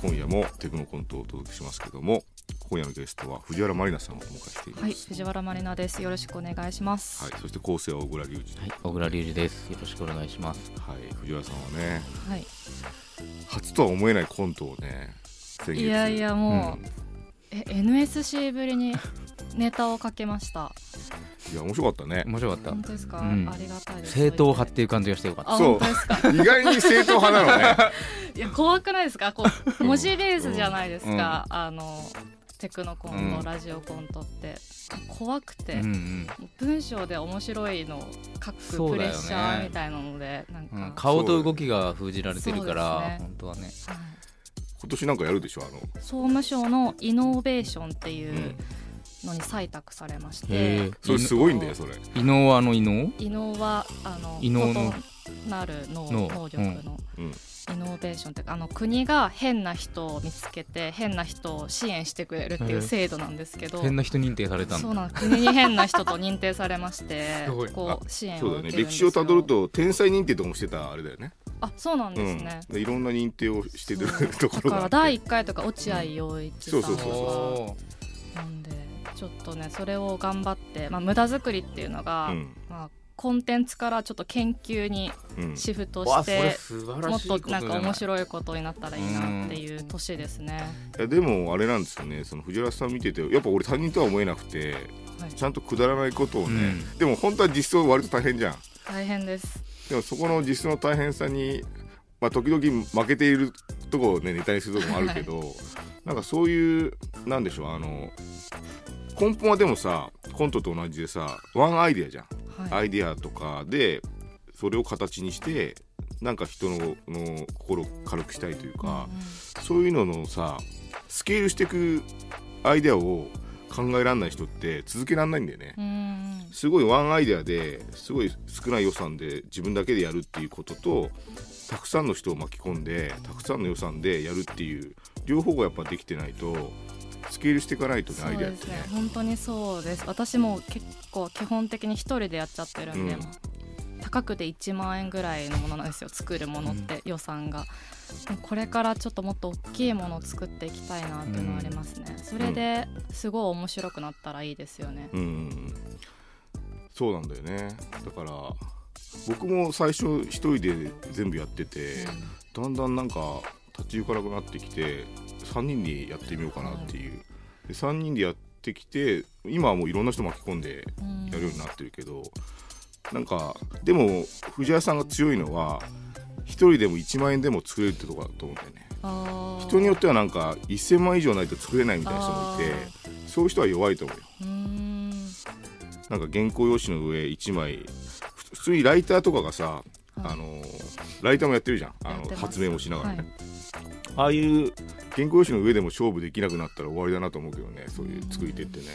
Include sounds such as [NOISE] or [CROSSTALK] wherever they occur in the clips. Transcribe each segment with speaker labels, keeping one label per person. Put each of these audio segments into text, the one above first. Speaker 1: 今夜もテクノコントをお届けしますけども今夜のゲストは藤原まりなさんをお迎えしています、
Speaker 2: はい、藤原まりなです。よろしくお願いします。
Speaker 1: はい、そして構成は小倉隆二
Speaker 3: はい、小倉隆二です。よろしくお願いします。
Speaker 1: はい、藤原さんはね
Speaker 2: はい。
Speaker 1: 初とは思えないコントをね先月
Speaker 2: いやいや
Speaker 1: うん
Speaker 2: もう、え NSC ぶりにネタをかけま
Speaker 3: [LAUGHS]
Speaker 2: した。
Speaker 1: いや面白かったね
Speaker 3: 面白かっ
Speaker 2: 本当ですか？
Speaker 3: うん
Speaker 2: ありがたい
Speaker 3: た。
Speaker 2: です。
Speaker 3: 正統派っていう感じがしてよかった。
Speaker 2: あ
Speaker 1: そう
Speaker 2: 本当ですか。
Speaker 1: 意外に正統派なのね [LAUGHS]
Speaker 2: いや怖くないですか？こう文字ベースじゃないです
Speaker 3: うんうん
Speaker 2: か。あのテクノコント、
Speaker 3: うん
Speaker 2: ラジオコントって怖くて。
Speaker 3: うんうん
Speaker 2: 文章で面白いのを書くプレッシャーみたいなので、なん
Speaker 3: うん、
Speaker 2: か、
Speaker 3: 顔と動きが封じられてるか
Speaker 2: そう
Speaker 3: ら、
Speaker 2: ですね
Speaker 3: 本当はね。
Speaker 2: はい
Speaker 1: 今年なんかやるでしょあの、、
Speaker 2: 総務省のイノベーションっていううんのに採択されまして、
Speaker 3: へ
Speaker 1: それすごいんだよそれ
Speaker 3: 異能はあの異能？
Speaker 2: 異能はあの
Speaker 3: 異能の
Speaker 2: 異なる能
Speaker 3: 能
Speaker 2: 能力の、
Speaker 1: うんうん
Speaker 2: イノベーションってあの国が変な人を見つけて変な人を支援してくれるっていう制度なんですけど、
Speaker 3: 変な人認定された
Speaker 2: そう
Speaker 3: の。
Speaker 2: なんです国に変な人と認定されまして
Speaker 3: [LAUGHS] すごい
Speaker 2: こう支援
Speaker 1: そう
Speaker 2: を
Speaker 1: だよ
Speaker 2: 受
Speaker 1: ね
Speaker 2: けるんで
Speaker 1: 歴
Speaker 2: す
Speaker 1: 史
Speaker 2: よ
Speaker 1: をたどると天才認定とかもしてたあれだよね
Speaker 2: あそうなんですね、
Speaker 1: うん、でいろんな認定をしてる
Speaker 2: そう
Speaker 1: とこ
Speaker 2: だ
Speaker 1: ろ
Speaker 2: か
Speaker 1: があ
Speaker 2: ら
Speaker 1: って
Speaker 2: 第1回とか落合陽一さん
Speaker 1: そ
Speaker 2: と
Speaker 1: うそうそ
Speaker 2: か
Speaker 3: おー
Speaker 2: なんでちょっとねそれを頑張って、まあ、無駄作りっていうのが、
Speaker 1: うん
Speaker 2: まあ、コンテンツからちょっと研究に
Speaker 1: うん、
Speaker 2: シフト
Speaker 3: わ
Speaker 2: し
Speaker 3: あ、それ
Speaker 2: て、
Speaker 3: 素晴
Speaker 2: も
Speaker 3: ら
Speaker 2: っ
Speaker 3: しいこととじ
Speaker 2: な
Speaker 3: ゃ
Speaker 2: ん
Speaker 3: な
Speaker 2: か
Speaker 3: い。
Speaker 2: 面白いことになったらいいなっていう年ですね。
Speaker 1: いやでもあれなんですよねその藤原さん見ててやっぱ俺他人とは思えなくて
Speaker 2: はい、
Speaker 1: ちゃんとくだらないことをね、でも本当は実装割と大変じゃん
Speaker 2: 大変です。
Speaker 1: でもそこの実装の大変さに、まあ、時々負けているとこをねネタにするとこもあるけど、なんかそういうなんでしょうあの根本はでもさコントと同じでさワンアイデアじゃん、
Speaker 2: は
Speaker 1: ア
Speaker 2: い、
Speaker 1: イデアとかでそれを形にしてなんか人のの心を軽くしたいというか。そういうののさスケールしていくアイデアを考えられない人って続けられないんだよね
Speaker 2: うん、うんうん
Speaker 1: すごいワンアイデアですごい少ない予算で自分だけでやるっていうこととたくさんの人を巻き込んでたくさんの予算でやるっていう両方がやっぱできてないとスケールしていかないとね
Speaker 2: そ
Speaker 1: アイ
Speaker 2: う
Speaker 1: デアっ
Speaker 2: です
Speaker 1: て
Speaker 2: ね
Speaker 1: ね。
Speaker 2: 本当にそうです私も結構基本的に一人でやっちゃってるんで、
Speaker 1: うん
Speaker 2: 高くて1万円ぐらいのものなんですよ作るものって予算が、でもこれからちょっともっと大きいものを作っていきたいなっていうのはありますね、それですごい面白くなったらいいですよね、
Speaker 1: うんうんうんそうなんだよねだから僕も最初一人で全部やってて、だんだんなんか立ち行かなくなってきて3人でやってみようかなっていう、で3人でやってきて今はもういろんな人巻き込んで
Speaker 2: うん
Speaker 1: やるようになってるけど、なんかでも藤原さんが強いのは1人でも1万円でも作れるってとこだと思うんだよね
Speaker 2: あー
Speaker 1: 人によってはなんか1000万以上ないと作れないみたいな人もいて
Speaker 2: あ
Speaker 1: そういう人は弱いと思うよ
Speaker 2: うーん
Speaker 1: なんか原稿用紙の上1枚ふ普通にライターとかがさ、
Speaker 2: はい
Speaker 1: あのライターもやってるじゃんあ
Speaker 2: やって
Speaker 1: の
Speaker 2: ます
Speaker 1: 発明もしながらね、
Speaker 2: はい
Speaker 1: ああいう原稿用紙の上でも勝負できなくなったら終わりだなと思うけどねそういう作り手ってね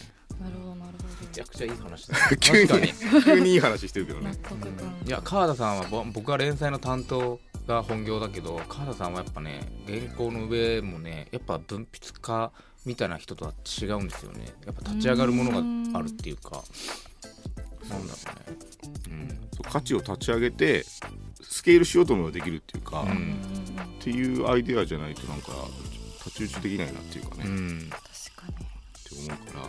Speaker 2: なるほどなるほ
Speaker 3: め
Speaker 2: ど
Speaker 3: ゃくちゃいい話だ、ね
Speaker 1: [LAUGHS] 急に
Speaker 3: 確かに。
Speaker 1: 急にいい話してるけど
Speaker 2: 納
Speaker 1: ね
Speaker 2: 得感、
Speaker 3: いや川田さんはぼ僕は連載の担当が本業だけど川田さんはやっぱね原稿の上もねやっぱ文筆家みたいな人とは違うんですよねやっぱ立ち上がるものがあるっていうかなんだろうね
Speaker 1: そう価値を立ち上げてスケールしようと思えばできるっていうか、
Speaker 3: う
Speaker 1: っ
Speaker 3: ん
Speaker 2: うん
Speaker 1: ていうアイデアじゃないとなんか太刀打ちできないなっていうかね、
Speaker 3: う
Speaker 1: っ
Speaker 3: ん
Speaker 2: 確かに
Speaker 1: て思うから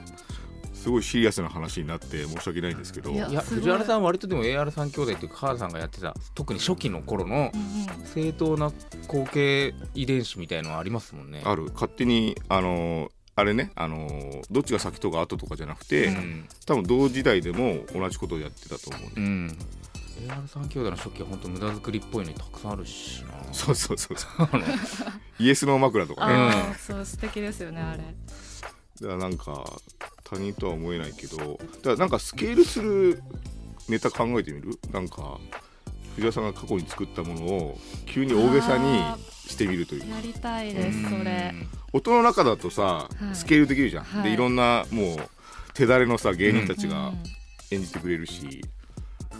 Speaker 1: すごいシリアスな話になって申し訳ないんですけど
Speaker 2: いや
Speaker 3: うんいや
Speaker 2: すごい
Speaker 3: 藤原さんは割とでも AR3 兄弟っていうか川田さんがやってた特に初期の頃の
Speaker 2: うんうん
Speaker 3: 正当な後継遺伝子みたいのはありますもんね
Speaker 1: ある勝手にあのーあれね、あのーどっちが先とか後とかじゃなくて、
Speaker 3: うん
Speaker 1: 多分同時代でも同じことをやってたと思うん
Speaker 3: う
Speaker 1: で、
Speaker 3: ん AR3 兄弟の初期は本当無駄作りっぽいのたくさんあるしな
Speaker 1: そうそうそうそうイエスの枕とかね
Speaker 2: ああ、そう素敵ですよねあれ。
Speaker 1: だからなんか他人とは思えないけどだからなんかスケールするネタ考えてみるなんか藤原さんが過去に作ったものを急に大げさ
Speaker 2: あ
Speaker 1: にしてみるという
Speaker 2: やりたいですそれ。
Speaker 1: 音の中だとさ、
Speaker 2: はい
Speaker 1: スケールできるじゃん、
Speaker 2: はい
Speaker 1: でいろんなもう手だれのさ芸人たちが
Speaker 2: うん
Speaker 1: 演じてくれるし、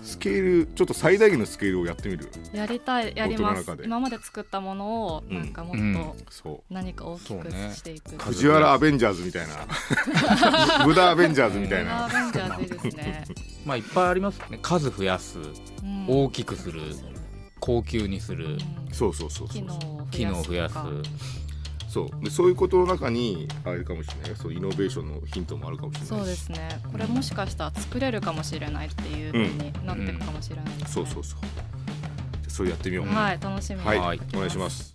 Speaker 1: スケールちょっと最大限のスケールをやってみる
Speaker 2: やりたいやりま
Speaker 1: 音
Speaker 2: す
Speaker 1: の中。で
Speaker 2: 今まで作ったものを
Speaker 1: うん
Speaker 2: なんかも
Speaker 3: う
Speaker 2: っ
Speaker 3: ん
Speaker 2: と
Speaker 1: そう
Speaker 2: 何か大き
Speaker 3: そう
Speaker 2: く
Speaker 3: ね
Speaker 2: していく。
Speaker 3: 家族
Speaker 1: 藤原アベンジャーズみたい
Speaker 2: [LAUGHS]
Speaker 1: な無駄アベンジャーズみたい
Speaker 2: ラ
Speaker 1: な
Speaker 2: ーメンジャーズいいですね。
Speaker 3: まあいっぱいありますね数増やす
Speaker 2: うん
Speaker 3: 大きくする高級にする
Speaker 2: うん
Speaker 1: そうそうそうそ
Speaker 2: 機
Speaker 1: う
Speaker 2: 能を増やすとか。
Speaker 3: 機能を増やす
Speaker 1: そうでそういうことの中にあれかもしれないよそうイノベーションのヒントもあるかもしれないし
Speaker 2: そうですねこれもしかしたら作れるかもしれないっていうふうになっていくかもしれないです、ね
Speaker 1: そうそうそうじゃあそれやってみよう、
Speaker 3: ん
Speaker 2: はい楽しみに
Speaker 1: はい、
Speaker 3: はい
Speaker 1: お願いします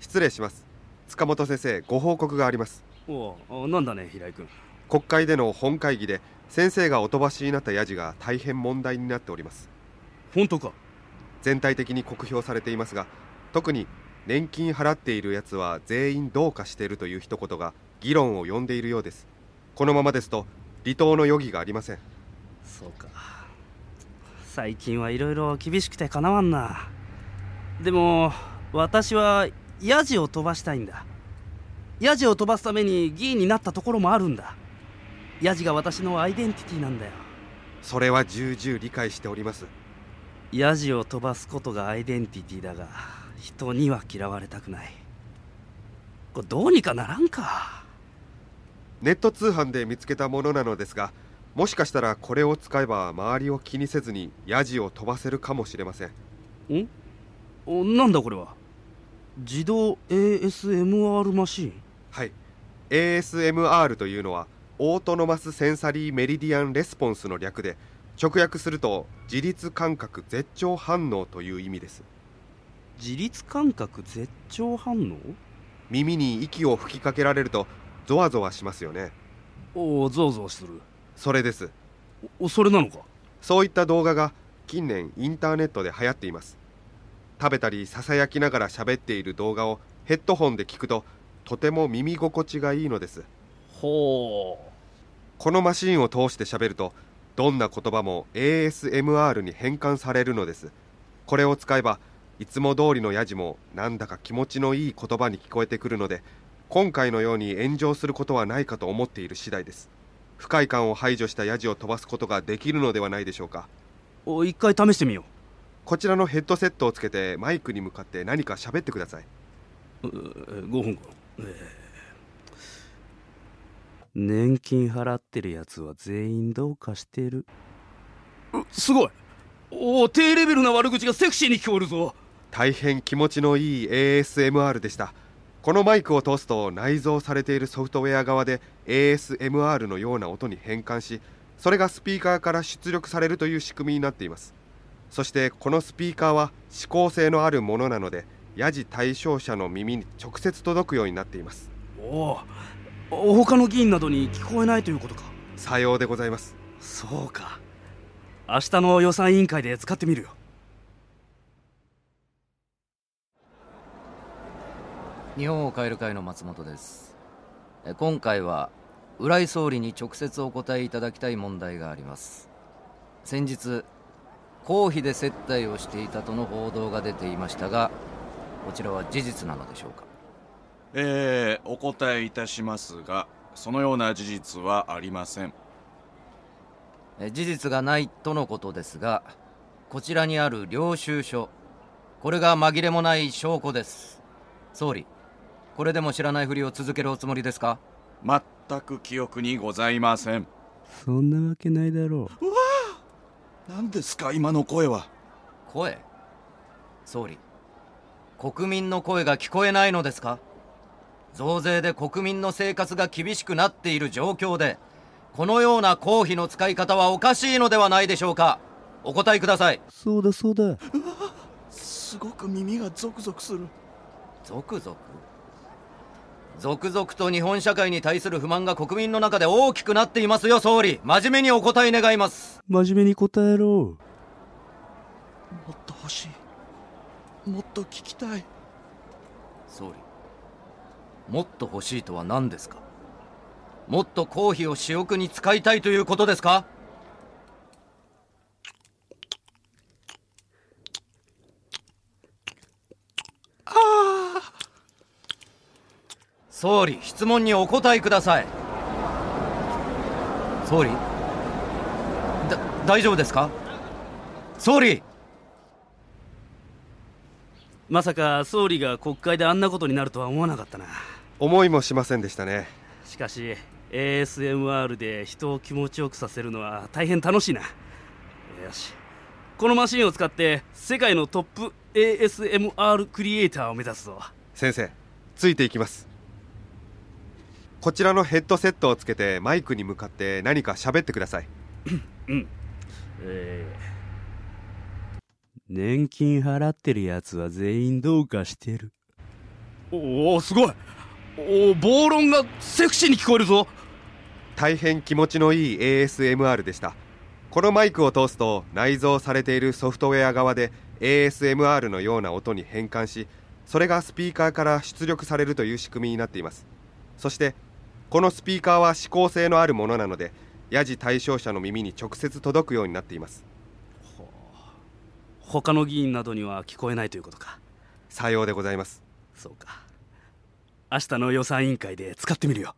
Speaker 4: 失礼します塚本先生ご報告があります
Speaker 5: おうあなんだね平井君
Speaker 4: 国会での本会議で先生がお飛ばしになったヤジが大変問題になっております
Speaker 5: 本当か
Speaker 4: 全体的に酷評されていますが特に年金払っているやつは全員どうかしているという一言が議論を呼んでいるようですこのままですと離党の余儀がありません
Speaker 5: そうか最近はいろいろ厳しくてかなわんなでも私はヤジを飛ばしたいんだヤジを飛ばすために議員になったところもあるんだヤジが私のアイデンティティなんだよ
Speaker 4: それは重々理解しております
Speaker 5: ヤジを飛ばすことがアイデンティティだが人には嫌われたくないこれどうにかならんか
Speaker 4: ネット通販で見つけたものなのですがもしかしたらこれを使えば周りを気にせずにヤジを飛ばせるかもしれません
Speaker 5: おなんだこれは自動 ASMR マシーン
Speaker 4: はい ASMR というのはオートノマスセンサリーメリディアンレスポンスの略で直訳すると自律感覚絶頂反応という意味です
Speaker 5: 自律感覚絶頂反
Speaker 4: 耳に息を吹きかけられるとゾワゾワしますよね
Speaker 5: 応おおゾワゾワする
Speaker 4: それです
Speaker 5: おおそれなのか
Speaker 4: そういった動画が近年インターネットで流行っています食べたりささやきながら喋っている動画をヘッドホンで聞くととても耳心地がいいのです
Speaker 5: ほう
Speaker 4: このマシンを通して喋るとどんな言葉も ASMR に変換されるのですこれを使えばいつも通りのヤジもなんだか気持ちのいい言葉に聞こえてくるので今回のように炎上することはないかと思っている次第です不快感を排除したヤジを飛ばすことができるのではないでしょうか
Speaker 5: お一回試してみよ
Speaker 4: こちらのヘッドセットをつけてマイクに向かって何か喋ってくださいう
Speaker 5: うえ5分間えー年金払ってるやつは全員どうかしてるすごいおお低レベルな悪口がセクシーに聞こえるぞ
Speaker 4: 大変気持ちのいい ASMR でしたこのマイクを通すと内蔵されているソフトウェア側で ASMR のような音に変換しそれがスピーカーから出力されるという仕組みになっていますそしてこのスピーカーは指向性のあるものなのでヤジ対象者の耳に直接届くようになっています
Speaker 5: おお他の議員などに聞こえないということか
Speaker 4: さようでございます
Speaker 5: そうか明日の予算委員会で使ってみるよ
Speaker 6: 日本を変える会の松本ですえ今回は浦井総理に直接お答えいただきたい問題があります先日公費で接待をしていたとの報道が出ていましたがこちらは事実なのでしょうか
Speaker 7: えーお答えいたしますがそのような事実はありません
Speaker 6: え事実がないとのことですがこちらにある領収書これが紛れもない証拠です総理これでも知らないふりを続けるおつもりですか
Speaker 7: 全く記憶にございません
Speaker 5: そんなわけないだろう
Speaker 7: 何ですか今の声は
Speaker 6: 声総理国民の声が聞こえないのですか増税で国民の生活が厳しくなっている状況でこのような公費の使い方はおかしいのではないでしょうかお答えください
Speaker 5: そうだそうだ
Speaker 7: すごく耳がゾクゾクする
Speaker 6: 続々続々と日本社会に対する不満が国民の中で大きくなっていますよ総理真面目にお答え願います
Speaker 5: 真面目に答えろ
Speaker 7: もっと欲しいもっと聞きたい
Speaker 6: 総理もっと欲しいとは何ですかもっと公費を私欲に使いたいということですか総理質問にお答えください総理だ大丈夫ですか総理
Speaker 5: まさか総理が国会であんなことになるとは思わなかったな
Speaker 4: 思いもしませんでしたね
Speaker 5: しかし ASMR で人を気持ちよくさせるのは大変楽しいなよしこのマシンを使って世界のトップ ASMR クリエイターを目指すぞ
Speaker 4: 先生ついていきますこちらのヘッドセットをつけてマイクに向かって何か喋ってください
Speaker 5: えー年金払ってるやつは全員どうかしてるおおすごいおお暴論がセクシーに聞こえるぞ
Speaker 4: 大変気持ちのいい ASMR でしたこのマイクを通すと内蔵されているソフトウェア側で ASMR のような音に変換しそれがスピーカーから出力されるという仕組みになっていますそしてこのスピーカーは指向性のあるものなのでヤジ対象者の耳に直接届くようになっています
Speaker 5: 他の議員などには聞こえないということか
Speaker 4: さようでございます
Speaker 5: そうか明日の予算委員会で使ってみるよ